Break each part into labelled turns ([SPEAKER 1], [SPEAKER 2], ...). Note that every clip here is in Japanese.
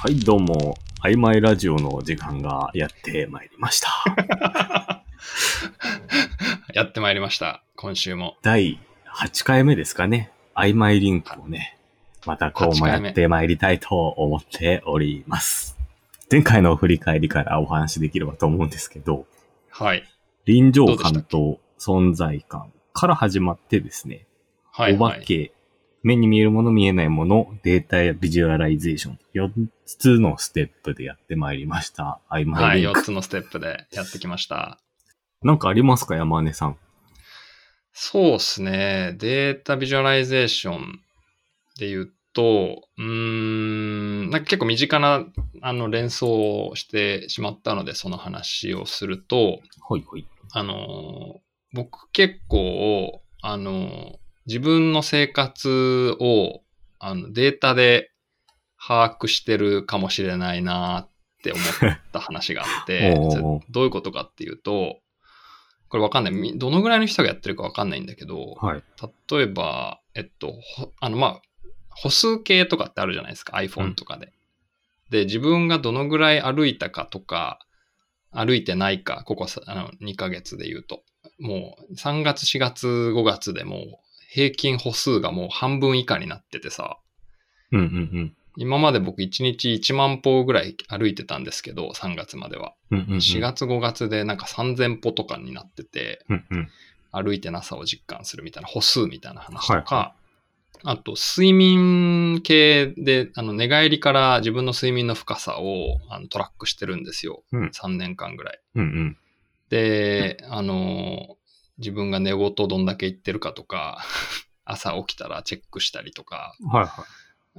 [SPEAKER 1] はい、どうも、曖昧ラジオの時間がやってまいりま した。
[SPEAKER 2] やってまいりました。今週も。
[SPEAKER 1] 第8回目ですかね。曖昧リンクをね、またこうもやってまいりたいと思っております。前回の振り返りからお話しできればと思うんですけど、
[SPEAKER 2] はい。
[SPEAKER 1] 臨場
[SPEAKER 2] ど
[SPEAKER 1] 感
[SPEAKER 2] うで
[SPEAKER 1] と存在感から始まってですね、
[SPEAKER 2] はい、
[SPEAKER 1] お
[SPEAKER 2] は
[SPEAKER 1] 化
[SPEAKER 2] い。
[SPEAKER 1] け、目に見えるもの見えないもの、データやビジュアライゼーション、4つのステップでやってまいりました。曖
[SPEAKER 2] は
[SPEAKER 1] 昧
[SPEAKER 2] い、
[SPEAKER 1] リン
[SPEAKER 2] 4
[SPEAKER 1] ク。
[SPEAKER 2] つのステップでやってきました。
[SPEAKER 1] なんかありますか山根さん。
[SPEAKER 2] そうですね。データビジュアライゼーションで言うと、うーん、なんか結構身近なあの連想をしてしまったので、その話をすると、
[SPEAKER 1] はいはい。
[SPEAKER 2] あの、僕結構、あの、自分の生活をあのデータで把握してるかもしれないなって思った話があって、
[SPEAKER 1] おうおうおう
[SPEAKER 2] それどういうことかっていうと、これわかんないみ。どのぐらいの人がやってるかわかんないんだけど、
[SPEAKER 1] はい。
[SPEAKER 2] 例えば、えっと、ほあの、まあ、歩数計とかってあるじゃないですか、iPhone とかで。で、自分がどのぐらい歩いたかとか、歩いてないか、ここさあの2ヶ月で言うと、もう3月、4月、5月でもう平均歩数がもう半分以下になっててさ、
[SPEAKER 1] うんうん
[SPEAKER 2] 今まで僕1日1万歩ぐらい歩いてたんですけど、3月までは。
[SPEAKER 1] うん。うんうん、うん。
[SPEAKER 2] 4月、5月でなんか3000歩とかになってて、
[SPEAKER 1] うんうん。
[SPEAKER 2] 歩いてなさを実感するみたいな歩数みたいな話とか、
[SPEAKER 1] は
[SPEAKER 2] あと睡眠系であの寝返りから自分の睡眠の深さをあのトラックしてるんですよ、
[SPEAKER 1] うん
[SPEAKER 2] 3年間ぐらい。
[SPEAKER 1] うんうん。
[SPEAKER 2] で、あの自分が寝言どんだけ言ってるかとか 朝起きたらチェックしたりとか
[SPEAKER 1] はいは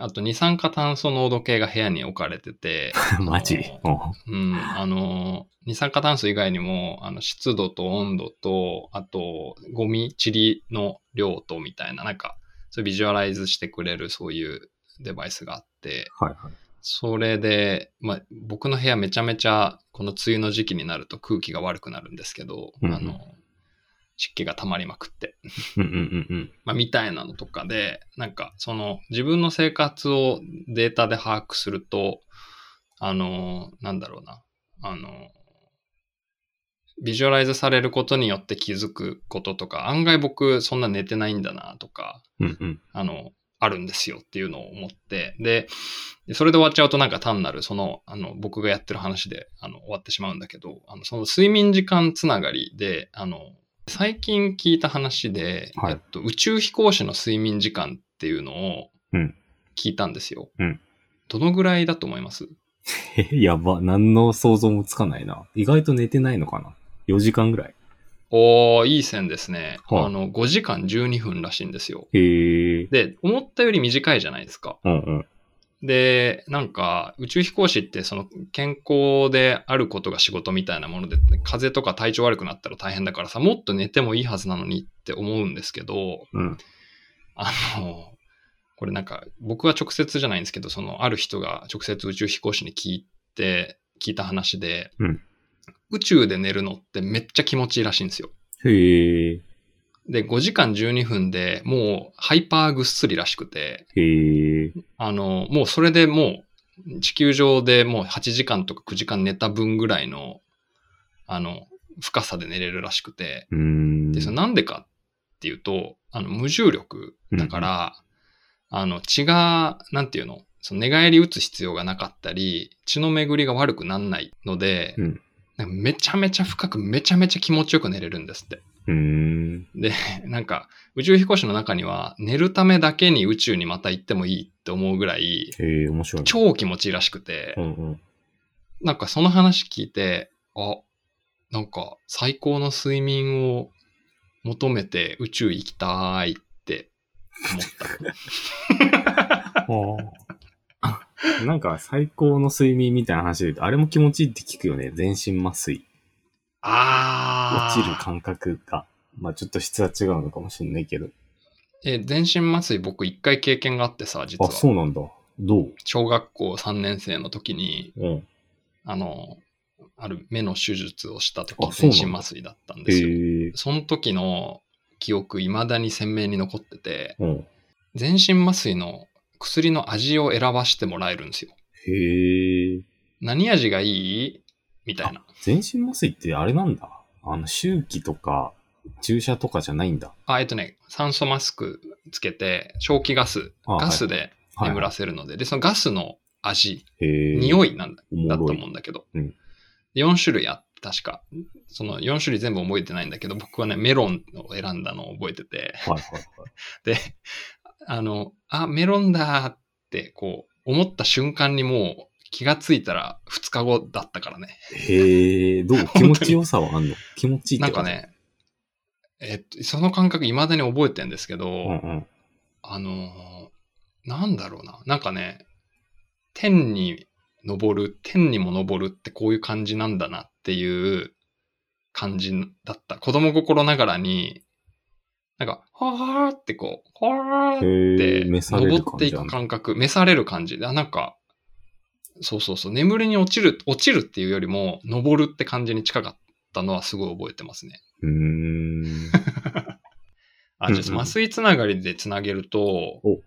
[SPEAKER 2] あと二酸化炭素濃度計が部屋に置かれてて
[SPEAKER 1] い。 マジおう
[SPEAKER 2] うん、あの、二酸化炭素以外にも、あの、湿度と温度と、あと、ゴミ、塵の量と、みたいな、なんか、そういうビジュアライズしてくれる、そういうデバイスがあって、
[SPEAKER 1] はいはい。
[SPEAKER 2] それで、まあ、僕の部屋めちゃめちゃ、この梅雨の時期になると空気が悪くなるんですけど、
[SPEAKER 1] うんうん
[SPEAKER 2] あの、湿気が溜まりまくって、
[SPEAKER 1] うんうんうんうん。
[SPEAKER 2] まあ、みたいなのとかで、なんか、その、自分の生活をデータで把握すると、あの、なんだろうな、あの、ビジュアライズされることによって気づくこととか、案外僕、そんな寝てないんだな、とか、
[SPEAKER 1] うんうん。
[SPEAKER 2] あの、あるんですよっていうのを思って、で、それで終わっちゃうとなんか単なるその、あの、僕がやってる話で、あの、終わってしまうんだけど、あの、その睡眠時間つながりで、あの、最近聞いた話で、
[SPEAKER 1] はい
[SPEAKER 2] えっと、宇宙飛行士の睡眠時間っていうのを
[SPEAKER 1] うん
[SPEAKER 2] 聞いたんですよ。
[SPEAKER 1] うん
[SPEAKER 2] どのぐらいだと思います
[SPEAKER 1] え、やば。何の想像もつかないな。意外と寝てないのかな ?4 時間ぐらい。
[SPEAKER 2] おー、いい線ですね。
[SPEAKER 1] はい
[SPEAKER 2] あの、5時間12分らしいんですよ。
[SPEAKER 1] へえ。
[SPEAKER 2] で、思ったより短いじゃないですか。
[SPEAKER 1] うんうん。
[SPEAKER 2] で、なんか、宇宙飛行士って、その、健康であることが仕事みたいなもので、風邪とか体調悪くなったら大変だからさ、もっと寝てもいいはずなのにって思うんですけど、
[SPEAKER 1] うん。
[SPEAKER 2] あの、これなんか、僕は直接じゃないんですけど、その、ある人が直接宇宙飛行士に聞いて、聞いた話で、
[SPEAKER 1] うん
[SPEAKER 2] 宇宙で寝るのってめっちゃ気持ちいいらしいんですよ。
[SPEAKER 1] へえ。
[SPEAKER 2] で、5時間12分でもう、ハイパーぐっすりらしくて、
[SPEAKER 1] へえ。
[SPEAKER 2] あの、もうそれでもう、地球上でもう8時間とか9時間寝た分ぐらいの、あの、深さで寝れるらしくて、
[SPEAKER 1] うーん。
[SPEAKER 2] で、それなんでかっていうと、あの、無重力だから、あの、血が、なんていうの、その寝返り打つ必要がなかったり、血の巡りが悪くならないので、
[SPEAKER 1] うん
[SPEAKER 2] なんかめちゃめちゃ深く、めちゃめちゃ気持ちよく寝れるんですって。
[SPEAKER 1] うーん。
[SPEAKER 2] で、なんか、宇宙飛行士の中には、寝るためだけに宇宙にまた行ってもいいって思うぐらい、
[SPEAKER 1] へえ、面白い。
[SPEAKER 2] 超気持ちいいらしくて
[SPEAKER 1] う、んうん。
[SPEAKER 2] なんかその話聞いて、あ、なんか最高の睡眠を求めて宇宙行きたいって思 った。
[SPEAKER 1] なんか最高の睡眠みたいな話で言うと、あれも気持ちいいって聞くよね。全身麻酔。
[SPEAKER 2] あ
[SPEAKER 1] 落
[SPEAKER 2] ー
[SPEAKER 1] ちる感覚が。まあちょっと質は違うのかもしれないけど。
[SPEAKER 2] え、全身麻酔僕一回経験があってさ、実
[SPEAKER 1] あ、そ
[SPEAKER 2] は。
[SPEAKER 1] うなんだ。どう
[SPEAKER 2] 小学校3年生の時に、
[SPEAKER 1] うん。
[SPEAKER 2] あの、ある目の手術をした時
[SPEAKER 1] あ、そう
[SPEAKER 2] 全
[SPEAKER 1] なんだ
[SPEAKER 2] 身麻酔だったん
[SPEAKER 1] へ
[SPEAKER 2] ですよ。
[SPEAKER 1] え。
[SPEAKER 2] その時の記憶、未だに鮮明に残ってて、
[SPEAKER 1] うん。
[SPEAKER 2] 全身麻酔の薬の味を選ばしてもらえるんですよ。
[SPEAKER 1] へへえ。
[SPEAKER 2] 何味がいいみたいな。
[SPEAKER 1] 全身麻酔ってあれなんだ。あの、周期とか、注射とかじゃないんだ。
[SPEAKER 2] あ、えっとね、酸素マスクつけて、消気ガス、
[SPEAKER 1] あ
[SPEAKER 2] ガスで
[SPEAKER 1] はい
[SPEAKER 2] 眠らせるので、で、そのガスの味、
[SPEAKER 1] へえ。
[SPEAKER 2] 匂
[SPEAKER 1] い。
[SPEAKER 2] いなんだ
[SPEAKER 1] おも
[SPEAKER 2] だと
[SPEAKER 1] ろい
[SPEAKER 2] 思うんだけど、
[SPEAKER 1] うん
[SPEAKER 2] 4種類あって、確か。その4種類全部覚えてないんだけど、僕はね、メロンを選んだのを覚えてて、
[SPEAKER 1] はいはいはい。
[SPEAKER 2] で、あの、あ、メロンだーって、こう、思った瞬間にもう気がついたら2日後だったからね。
[SPEAKER 1] へえ、 どう
[SPEAKER 2] 当
[SPEAKER 1] 気
[SPEAKER 2] に
[SPEAKER 1] 持ちよさはあんの気持ちいいっ
[SPEAKER 2] なん
[SPEAKER 1] てこ
[SPEAKER 2] か
[SPEAKER 1] と。
[SPEAKER 2] ね、えっと、その感覚未だに覚えてんですけど、
[SPEAKER 1] うんうん。
[SPEAKER 2] あのーなんだろうな。なんかね、天に昇る、天にも昇るってこういう感じなんだなっていう感じだった。子供心ながらに、なんか、はーってこう、はーっ
[SPEAKER 1] へ
[SPEAKER 2] て
[SPEAKER 1] え、召され
[SPEAKER 2] 登
[SPEAKER 1] る
[SPEAKER 2] っ
[SPEAKER 1] 感
[SPEAKER 2] てい
[SPEAKER 1] じな
[SPEAKER 2] く
[SPEAKER 1] んだ。
[SPEAKER 2] 感覚、召される感じで、あなんか、そうそうそう、眠りに落ちる、落ちるっていうよりも、登るって感じに近かったのはすごい覚えてますね。
[SPEAKER 1] うーん。
[SPEAKER 2] あ、じゃ
[SPEAKER 1] うんうん
[SPEAKER 2] あ、麻酔つながりでつなげると
[SPEAKER 1] お、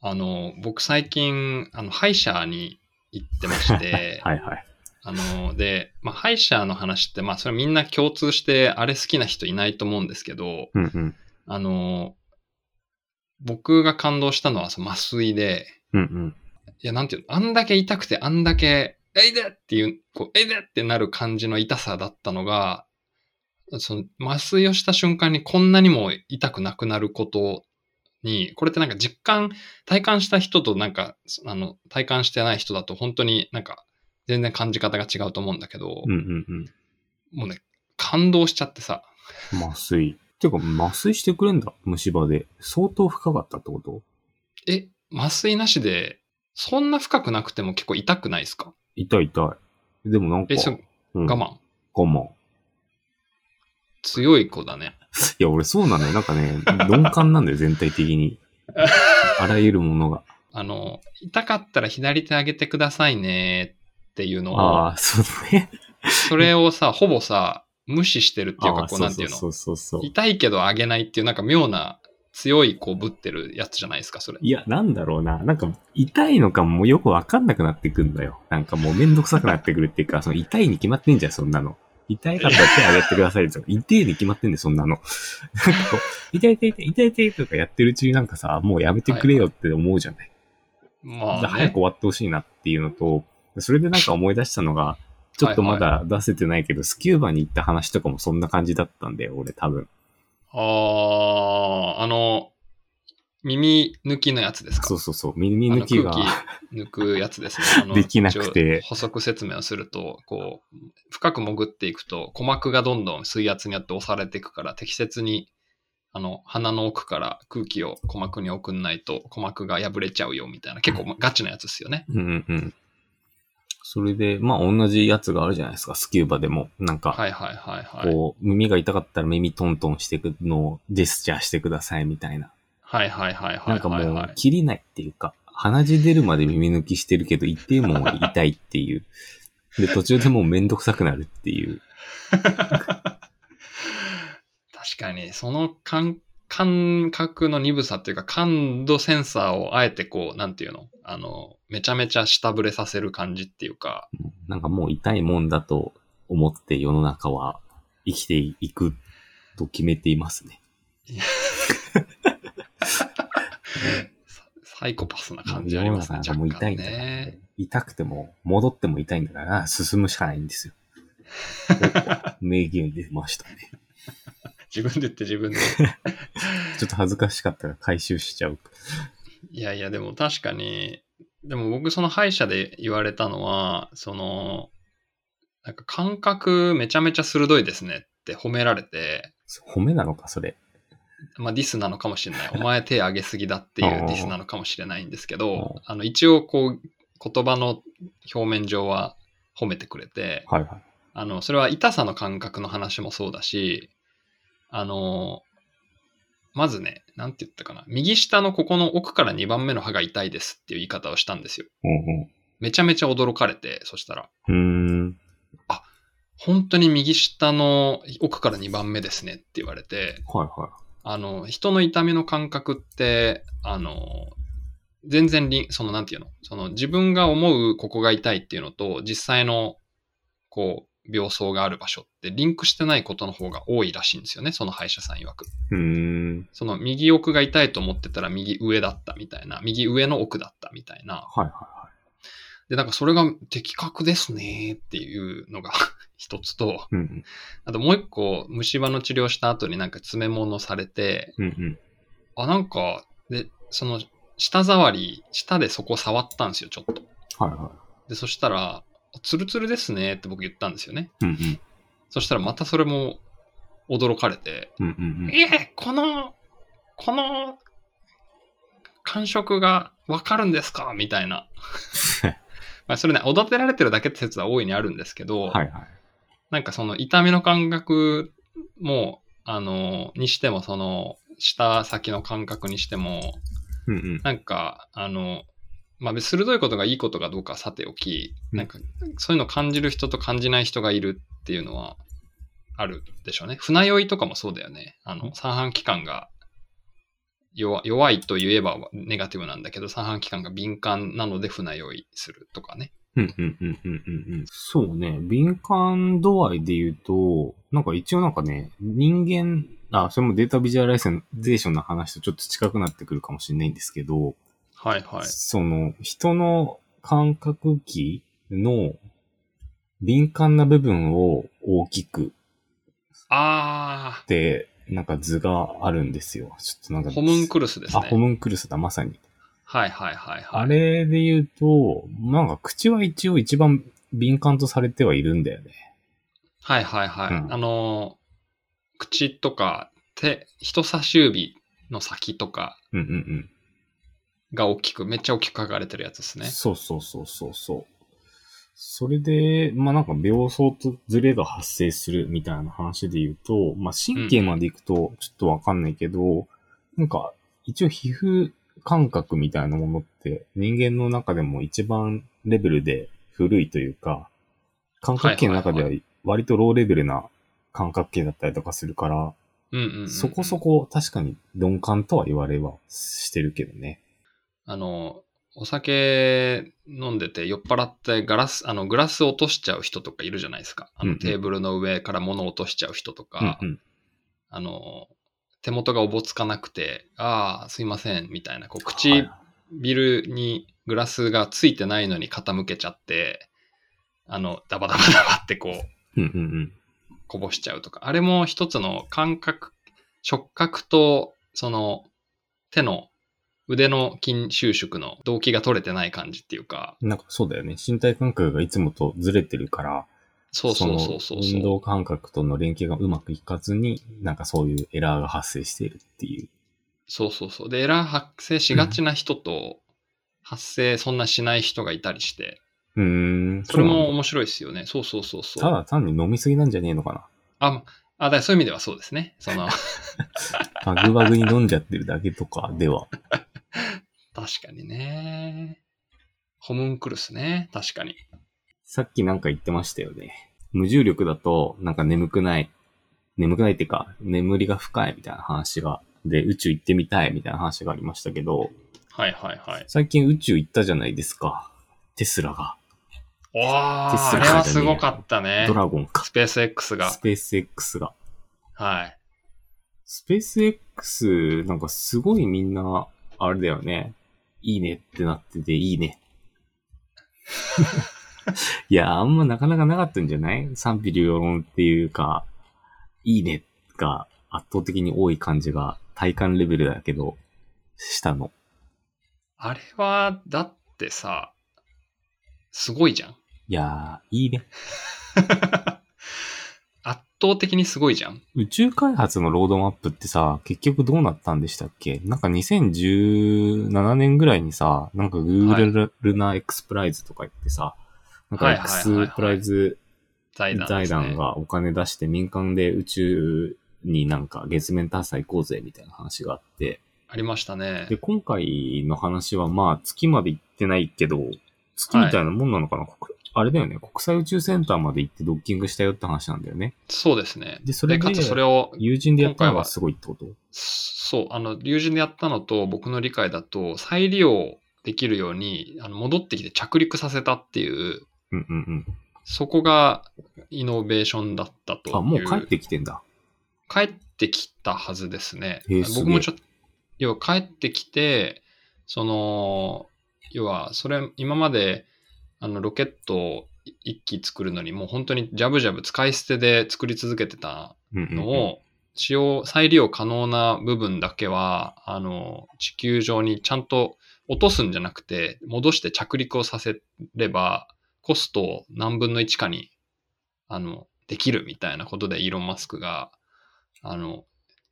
[SPEAKER 2] あの、僕最近、あの、歯医者に行ってまして、
[SPEAKER 1] はいはい。
[SPEAKER 2] あの、で、まあ、歯医者の話って、まあ、それみんな共通して、あれ好きな人いないと思うんですけど、
[SPEAKER 1] うんうん。
[SPEAKER 2] あの、僕が感動したのはその麻酔で、
[SPEAKER 1] うんうん。
[SPEAKER 2] いや、なんていうの、あんだけ痛くて、あんだけ、えいでっていう、こう、えいでってなる感じの痛さだったのが、その、麻酔をした瞬間にこんなにも痛くなくなることに、これってなんか実感、体感した人となんか、そあの、体感してない人だと本当になんか、全然感じ方が違うと思うんだけど、
[SPEAKER 1] うんうんうん。
[SPEAKER 2] もうね、感動しちゃってさ、
[SPEAKER 1] 麻酔。てか、麻酔してくれんだ、虫歯で。相当深かったってこと
[SPEAKER 2] え、麻酔なしで、そんな深くなくても結構痛くないですか
[SPEAKER 1] 痛い痛い。でもなんか
[SPEAKER 2] え、、そう、
[SPEAKER 1] うん
[SPEAKER 2] 我。慢。
[SPEAKER 1] 我慢。
[SPEAKER 2] 強い子だね。
[SPEAKER 1] いや、俺そうなのよ。なんかね、鈍感なんだよ、全体的 に。あらゆるものが。
[SPEAKER 2] あの、痛かったら左手上げてくださいねっていうのを、
[SPEAKER 1] ああ、そうだね。
[SPEAKER 2] それをさ、ほぼさ、無視してるっていう
[SPEAKER 1] あ
[SPEAKER 2] か、
[SPEAKER 1] あ、
[SPEAKER 2] こ
[SPEAKER 1] そ
[SPEAKER 2] うな
[SPEAKER 1] うんそ
[SPEAKER 2] ていうう
[SPEAKER 1] そ
[SPEAKER 2] の。
[SPEAKER 1] うそうそう。
[SPEAKER 2] 痛いけど上げないっていう、なんか妙な強いこうぶってるやつじゃないですか、それ。
[SPEAKER 1] いや、なんだろうな。なんか、痛いのかもよくわかんなくなってくんだよ。なんかもうめんどくさくなってくるっていうか、そ の痛いに決まってんじゃん、そんなの。痛いかったら手挙げてくださいとか、痛いに決まってんだよ、そんなの。なんかこう、痛い痛い痛い痛い痛いとかやってるうちになんかさ、もうやめてくれよって思うじゃない。
[SPEAKER 2] ま
[SPEAKER 1] だ
[SPEAKER 2] あ、
[SPEAKER 1] 早く
[SPEAKER 2] ね、
[SPEAKER 1] 終わってほしいなっていうのと、それでなんか思い出したのが、ちょっとまだ出せてないけど、スキューバに行った話とかもそんな感じだったんだよ、俺多分。
[SPEAKER 2] あーあの、耳抜きのやつですか
[SPEAKER 1] そうそうそう、耳
[SPEAKER 2] あ
[SPEAKER 1] 抜
[SPEAKER 2] の
[SPEAKER 1] きが。
[SPEAKER 2] 空気抜くやつですね。あの
[SPEAKER 1] できなくて
[SPEAKER 2] 一応補足説明をすると、こう、深く潜っていくと、鼓膜がどんどん水圧によって押されていくから、適切に、あの、鼻の奥から空気を鼓膜に送んないと、鼓膜が破れちゃうよ、みたいな。結構まガチなやつですよね。
[SPEAKER 1] うんうんうん。それで、まあ同じやつがあるじゃないですか、スキューバでも。なんか、
[SPEAKER 2] はいはいはいはい。
[SPEAKER 1] こう、耳が痛かったら耳トントンしてくのをジェスチャーしてくださいみたいな。
[SPEAKER 2] はいはいはいは
[SPEAKER 1] ないんか
[SPEAKER 2] はい
[SPEAKER 1] も
[SPEAKER 2] は
[SPEAKER 1] う
[SPEAKER 2] い、。
[SPEAKER 1] 切りないっていうか、鼻血出るまで耳抜きしてるけど、一定もん痛いっていう。で、途中でもうめんどくさくなるっていう。
[SPEAKER 2] 確かに、その感感覚の鈍さっていうか、感度センサーをあえてこう、なんていうのあの、めちゃめちゃ下振れさせる感じっていうか、
[SPEAKER 1] なんかもう痛いもんだと思って世の中は生きていくと決めていますね。
[SPEAKER 2] ササイコパスな感じありますね、
[SPEAKER 1] 世
[SPEAKER 2] 若
[SPEAKER 1] の中なんかもう痛いん
[SPEAKER 2] 干
[SPEAKER 1] だからね
[SPEAKER 2] ね。
[SPEAKER 1] 痛くても戻っても痛いんだから進むしかないんですよ。名言出ましたね。
[SPEAKER 2] 自分で言って自分 で。
[SPEAKER 1] ちょっと恥ずかしかったら回収しちゃう。
[SPEAKER 2] いやいや、でも確かに、でも僕その歯医者で言われたのは、その、なんか感覚めちゃめちゃ鋭いですねって褒められて、
[SPEAKER 1] 褒めなのか、それ。
[SPEAKER 2] まあディスなのかも しれない。お前手上げすぎだっていうディスなのかもしれないんですけど、あの一応こう言葉の表面上は褒めてくれて、
[SPEAKER 1] はいはい。
[SPEAKER 2] あの、それは痛さの感覚の話もそうだし、あの、まずね、なんて言ったかな。右下のここの奥から2番目の歯が痛いですっていう言い方をしたんですよ。
[SPEAKER 1] うん
[SPEAKER 2] めちゃめちゃ驚かれて、そしたら、
[SPEAKER 1] うん。うーん。
[SPEAKER 2] 本当に右下の奥から2番目ですねって言われて、
[SPEAKER 1] はいは
[SPEAKER 2] あの、人の痛みの感覚って、あの、全然リン、そのなんていうのその自分が思うここが痛いっていうのと、実際の、こう、病巣がある場所ってリンクしてないことの方が多いらしいんですよね、その歯医者さん曰く。
[SPEAKER 1] うーん。
[SPEAKER 2] その右奥が痛いと思ってたら右上だったみたいな、右上の奥だったみたいな。
[SPEAKER 1] はいは
[SPEAKER 2] で、なんかそれが的確ですねっていうのが 一つと、
[SPEAKER 1] いはい。うん
[SPEAKER 2] あともう一個虫歯の治療した後になんか詰め物されて、
[SPEAKER 1] うん。うんうん。
[SPEAKER 2] あ、なんか、で、その、舌触り、舌でそこ触ったんですよ、ちょっと。
[SPEAKER 1] はいは
[SPEAKER 2] で、そしたら、ツルツルですねって僕言ったんですよね。
[SPEAKER 1] い。うんうん。
[SPEAKER 2] そしたらまたそれも驚かれて、
[SPEAKER 1] うんうんうん。
[SPEAKER 2] ええこの、この、感触がわかるんですかみた いな。まあそれね、おだてられてるだけって説は大いにあるんですけど、
[SPEAKER 1] はいはい。
[SPEAKER 2] なんかその痛みの感覚も、あの、にしても、その、舌先の感覚にしても、
[SPEAKER 1] うんうん。
[SPEAKER 2] なんか、あの、まあ、鋭いことがいいことかどうかはさておき、
[SPEAKER 1] うん
[SPEAKER 2] なんか、そういうのを感じる人と感じない人がいるっていうのはあるでしょうね。船酔いとかもそうだよね。あの、三半規管が弱弱いと言えばネガティブなんだけど、三半規管が敏感なので船酔いするとかね。
[SPEAKER 1] うんうんうんうんうんうん。そうね。敏感度合いで言うと、なんか一応なんかね、人間、あ、それもデータビジュアライゼーションの話とちょっと近くなってくるかもしれないんですけど、
[SPEAKER 2] はいはい。
[SPEAKER 1] その人の感覚器の敏感な部分を大きく
[SPEAKER 2] あ
[SPEAKER 1] って、なんか図があるんですよ。ちょっとなんか。
[SPEAKER 2] ー、ホムンクルスです
[SPEAKER 1] あ、ホ
[SPEAKER 2] ね。
[SPEAKER 1] ムンクルスだ、まさに。
[SPEAKER 2] はいはいはいはい。
[SPEAKER 1] あれで言うと、なんか口は一応一番敏感とされてはいるんだよね。
[SPEAKER 2] はいはいはい。
[SPEAKER 1] うん
[SPEAKER 2] あのー、口とか手、人差し指の先とか
[SPEAKER 1] うんうんうん。
[SPEAKER 2] が大きく、めっちゃ大きく書かれてるやつですね。
[SPEAKER 1] そうそうそうそうそう。それで、まあなんか病巣とズレが発生するみたいな話で言うと、まあ神経まで行くとちょっとわかんないけど、なんか一応皮膚感覚みたいなものって人間の中でも一番レベルで古いというか、感覚系の中では割とローレベルな感覚系だったりとかするから、
[SPEAKER 2] うんうん、うん。
[SPEAKER 1] そこそ。こ確かに鈍感とは言われはしてるけどね。
[SPEAKER 2] あのー、お酒飲んでて酔っ払ってガラス、あの、グラス落としちゃう人とかいるじゃないですか。あ
[SPEAKER 1] うんう
[SPEAKER 2] の、
[SPEAKER 1] ん
[SPEAKER 2] テーブルの上から物落としちゃう人とか、
[SPEAKER 1] うんうん
[SPEAKER 2] あのー、手元がおぼつかなくて、ああ、すいません、みたいな、こう、
[SPEAKER 1] は
[SPEAKER 2] 口
[SPEAKER 1] い
[SPEAKER 2] ビルにグラスがついてないのに傾けちゃって、あの、ダバダバダバってこう、
[SPEAKER 1] うんうんうん。
[SPEAKER 2] こぼしちゃうとか、あれも一つの感覚、触覚と、その、手の腕の筋収縮の動機が取れてない感じっていうか、
[SPEAKER 1] なんかそうだよね。身体感覚がいつもとずれてるから、
[SPEAKER 2] そうそうそう
[SPEAKER 1] そ
[SPEAKER 2] そ
[SPEAKER 1] の
[SPEAKER 2] う
[SPEAKER 1] 運
[SPEAKER 2] そう。
[SPEAKER 1] 動感覚との連携がうまくいかずに、なんかそういうエラーが発生しているっていう。
[SPEAKER 2] そうそうそう。で、エラー発生しがちな人と、発生そんなしない人がいたりして、
[SPEAKER 1] うーん。
[SPEAKER 2] それ
[SPEAKER 1] うなん
[SPEAKER 2] も
[SPEAKER 1] だ
[SPEAKER 2] 面白いですよね。そうそうそうそ
[SPEAKER 1] た
[SPEAKER 2] う。
[SPEAKER 1] だ単に飲みすぎなんじゃねえのか
[SPEAKER 2] あ、あ、だからそういう意味ではそうですね。その、
[SPEAKER 1] な。バグバグに飲んじゃってるだけとかでは。
[SPEAKER 2] 確かにね。ホムンクルスね。確かに。
[SPEAKER 1] さっきなんか言ってましたよね。無重力だと、なんか眠くない。眠くないっていうか、眠りが深いみたいな話が、で、宇宙行ってみたいみたいな話がありましたけど、
[SPEAKER 2] はいはいはい。
[SPEAKER 1] 最近宇宙行ったじゃないですか。テスラが。
[SPEAKER 2] お
[SPEAKER 1] テス
[SPEAKER 2] ー、あ
[SPEAKER 1] ラ
[SPEAKER 2] れはすごかったね
[SPEAKER 1] ド。ラゴンか。
[SPEAKER 2] スペース X が
[SPEAKER 1] ス。ペース X が。
[SPEAKER 2] はい。
[SPEAKER 1] スペース X、なんかすごいみんな、あれだよね。いいねってなってて、いいね。いや、あんまなかなかなかったんじゃない賛否両論っていうか、いいねが圧倒的に多い感じが体感レベルだけど、したの。
[SPEAKER 2] あれは、だってさ、すごいじゃん。
[SPEAKER 1] いやー、いいね。
[SPEAKER 2] 圧倒的にすごいじゃん。
[SPEAKER 1] 宇宙開発のロードマップってさ、結局どうなったんでしたっけなんか2017年ぐらいにさ、なんか Google ルナ X プライズとか言ってさ、なんか
[SPEAKER 2] はいはいはいはい
[SPEAKER 1] X プライズ
[SPEAKER 2] 財団で
[SPEAKER 1] 財
[SPEAKER 2] す、ね。
[SPEAKER 1] 団がお金出して民間で宇宙になんか月面探査行こうぜみたいな話があって、
[SPEAKER 2] ありましたね
[SPEAKER 1] で、。今回の話はまあ月まで行ってないけど、月みたいなもんなのかな、国あれだよね、国際宇宙センターまで行ってドッキングしたよって話なんだよね。
[SPEAKER 2] そうですね。
[SPEAKER 1] でそれで
[SPEAKER 2] かつそれを、
[SPEAKER 1] 友人でやったの
[SPEAKER 2] 今回
[SPEAKER 1] が
[SPEAKER 2] は
[SPEAKER 1] すごいってこと
[SPEAKER 2] そう、あの、友人でやったのと僕の理解だと、再利用できるように、あの戻ってきて着陸させたっていう、
[SPEAKER 1] うんうんうん。
[SPEAKER 2] そこがイノベーションだったという。
[SPEAKER 1] あ、もう帰ってきてんだ。
[SPEAKER 2] 帰ってきたはずですね
[SPEAKER 1] へえ。すげえ
[SPEAKER 2] 僕もちょっと、要は帰ってきて、その、要は、それ、今まで、あの、ロケットを一機作るのに、もう本当にジャブジャブ使い捨てで作り続けてた
[SPEAKER 1] うんうんうん
[SPEAKER 2] のを、使用、再利用可能な部分だけは、あの、地球上にちゃんと落とすんじゃなくて、戻して着陸をさせれば、コストを何分の1かに、あの、できるみたいなことで、イーロン・マスクが、あの、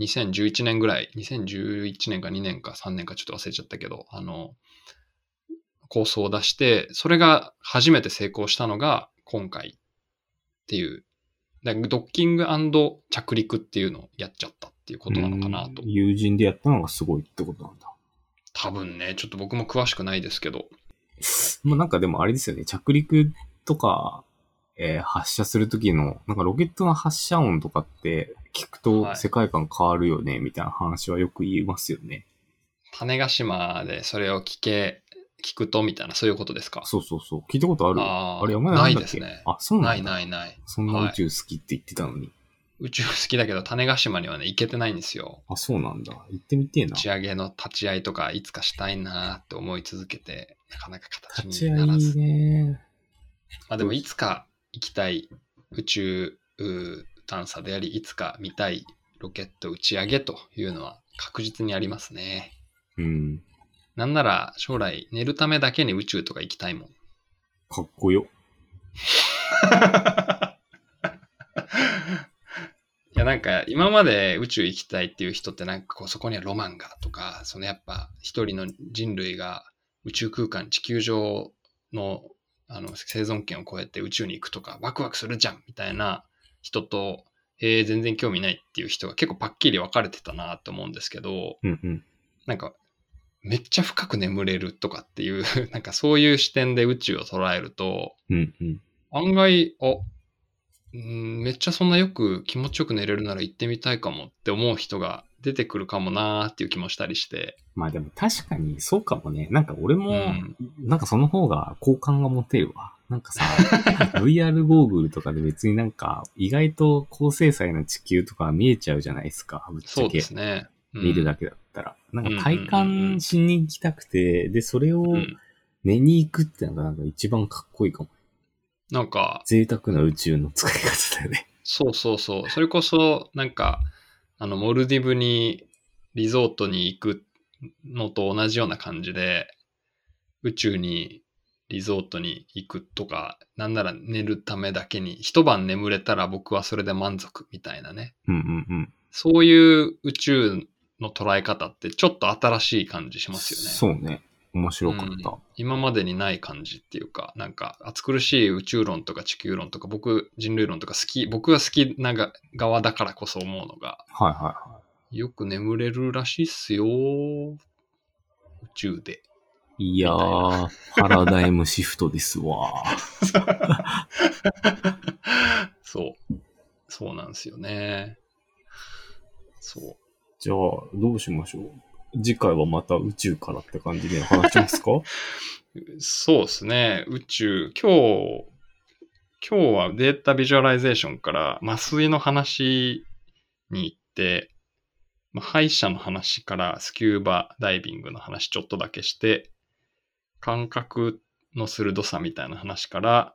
[SPEAKER 2] 2011年ぐらい、2011年か2年か3年かちょっと忘れちゃったけど、あの、構想を出して、それが初めて成功したのが今回っていう、だからドッキング着陸っていうのをやっちゃったっていうことなのかなと
[SPEAKER 1] うん。友人でやったのがすごいってことなんだ。
[SPEAKER 2] 多分ね、ちょっと僕も詳しくないですけど、
[SPEAKER 1] まあなんかでもあれですよね、着陸とか、えー発射するときの、なんかロケットの発射音とかって聞くと
[SPEAKER 2] はい
[SPEAKER 1] 世界観変わるよね、みたいな話はよく言いますよね。
[SPEAKER 2] 種子島でそれを聞け、聞くとみたいな、そういうことですか
[SPEAKER 1] そうそうそう。聞いたことある
[SPEAKER 2] あー
[SPEAKER 1] れ、お前なんだ
[SPEAKER 2] ない
[SPEAKER 1] っ
[SPEAKER 2] で
[SPEAKER 1] け
[SPEAKER 2] すね
[SPEAKER 1] あ、そうなんだ。
[SPEAKER 2] ないないない。
[SPEAKER 1] そんな宇宙好きって言ってたのに。
[SPEAKER 2] 宇宙好きだけど種子島にはね、行けてないんですよ。
[SPEAKER 1] あ、そうなんだ。行ってみてえな
[SPEAKER 2] 打。ち上げの立ち会いとかいつかしたいなーって思い続けて、なかなか
[SPEAKER 1] 立
[SPEAKER 2] 形
[SPEAKER 1] ち
[SPEAKER 2] に
[SPEAKER 1] 会
[SPEAKER 2] なら
[SPEAKER 1] い
[SPEAKER 2] ず。
[SPEAKER 1] ね。
[SPEAKER 2] まあでもいつか行きたい宇宙うー探査であり、いつか見たいロケット打ち上げというのは確実にありますね。
[SPEAKER 1] うん。
[SPEAKER 2] なんなら将来寝るためだけに宇宙とか行きたいもん。
[SPEAKER 1] かっこよ。
[SPEAKER 2] いやなんか今まで宇宙行きたいっていう人ってなんかこうそこにはロマンがとかそのやっぱ一人の人類が宇宙空間地球上のあの生存権を超えて宇宙に行くとかワクワクするじゃんみたいな人とえー全然興味ないっていう人が結構パッキリ分かれてたなと思うんですけど
[SPEAKER 1] うんうん。
[SPEAKER 2] なんかめっちゃ深く眠れるとかっていう なんかそういう視点で宇宙を捉えると
[SPEAKER 1] うんうん。
[SPEAKER 2] 案外、あ、うんめっちゃそんなよく気持ちよく寝れるなら行ってみたいかもって思う人が出てくるかもなーっていう気もしたりして。
[SPEAKER 1] まあでも確かにそうかもね。なんか俺も、
[SPEAKER 2] うん
[SPEAKER 1] なんかその方が好感が持てるわ。なんかさ、VR ゴーグルとかで別になんか意外と高精細な地球とか見えちゃうじゃないですか。ぶっち
[SPEAKER 2] そ
[SPEAKER 1] ゃ
[SPEAKER 2] うで
[SPEAKER 1] け
[SPEAKER 2] すね。うん
[SPEAKER 1] 見るだけだったら。なんか体
[SPEAKER 2] うんうんうんう
[SPEAKER 1] 感
[SPEAKER 2] ん
[SPEAKER 1] しに行きたくて、で、それを
[SPEAKER 2] うん
[SPEAKER 1] 寝に行くってのがなんか一番かっこいいかも。
[SPEAKER 2] なんか、
[SPEAKER 1] 贅沢な宇宙の使い方だよ ね。
[SPEAKER 2] そうそうそう。それこそ、なんか、あの、モルディブにリゾートに行くのと同じような感じで、宇宙にリゾートに行くとか、なんなら寝るためだけに、一晩眠れたら僕はそれで満足みたいなね。
[SPEAKER 1] うんうんうん。
[SPEAKER 2] そういう宇宙の捉え方ってちょっと新しい感じしますよね。
[SPEAKER 1] そうね。面白かった。
[SPEAKER 2] 今までにない感じっていうか、なんか暑苦しい宇宙論とか地球論とか、僕、人類論とか好き、僕が好きなが側だからこそ思うのが、
[SPEAKER 1] はいはいは
[SPEAKER 2] よく眠れるらしいっすよ。宇宙 で。
[SPEAKER 1] い。いやー、パラダイムシフトですわ。
[SPEAKER 2] そう。そうなんですよね。そう。
[SPEAKER 1] じゃあ、どうしましょう次回はまた宇宙からって感じで話しますか
[SPEAKER 2] そうですね、宇宙、今日、今日はデータビジュアライゼーションから麻酔の話に行って、まあ、歯医者の話からスキューバダイビングの話ちょっとだけして、感覚の鋭さみたいな話から、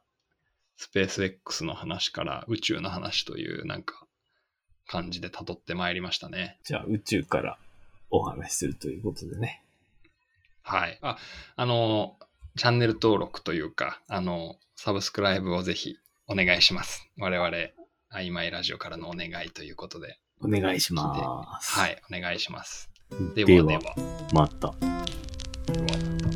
[SPEAKER 2] スペース X の話から宇宙の話というなんか感じで辿ってまいりましたね。
[SPEAKER 1] じゃあ、宇宙からお話しするということでね。
[SPEAKER 2] はい。あ、あの、チャンネル登録というか、あの、サブスクライブをぜひお願いします。我々、あいまいラジオからのお願いということで、
[SPEAKER 1] お願いします。
[SPEAKER 2] はい、お願いします。
[SPEAKER 1] で
[SPEAKER 2] で
[SPEAKER 1] は、
[SPEAKER 2] はでは。
[SPEAKER 1] また。
[SPEAKER 2] では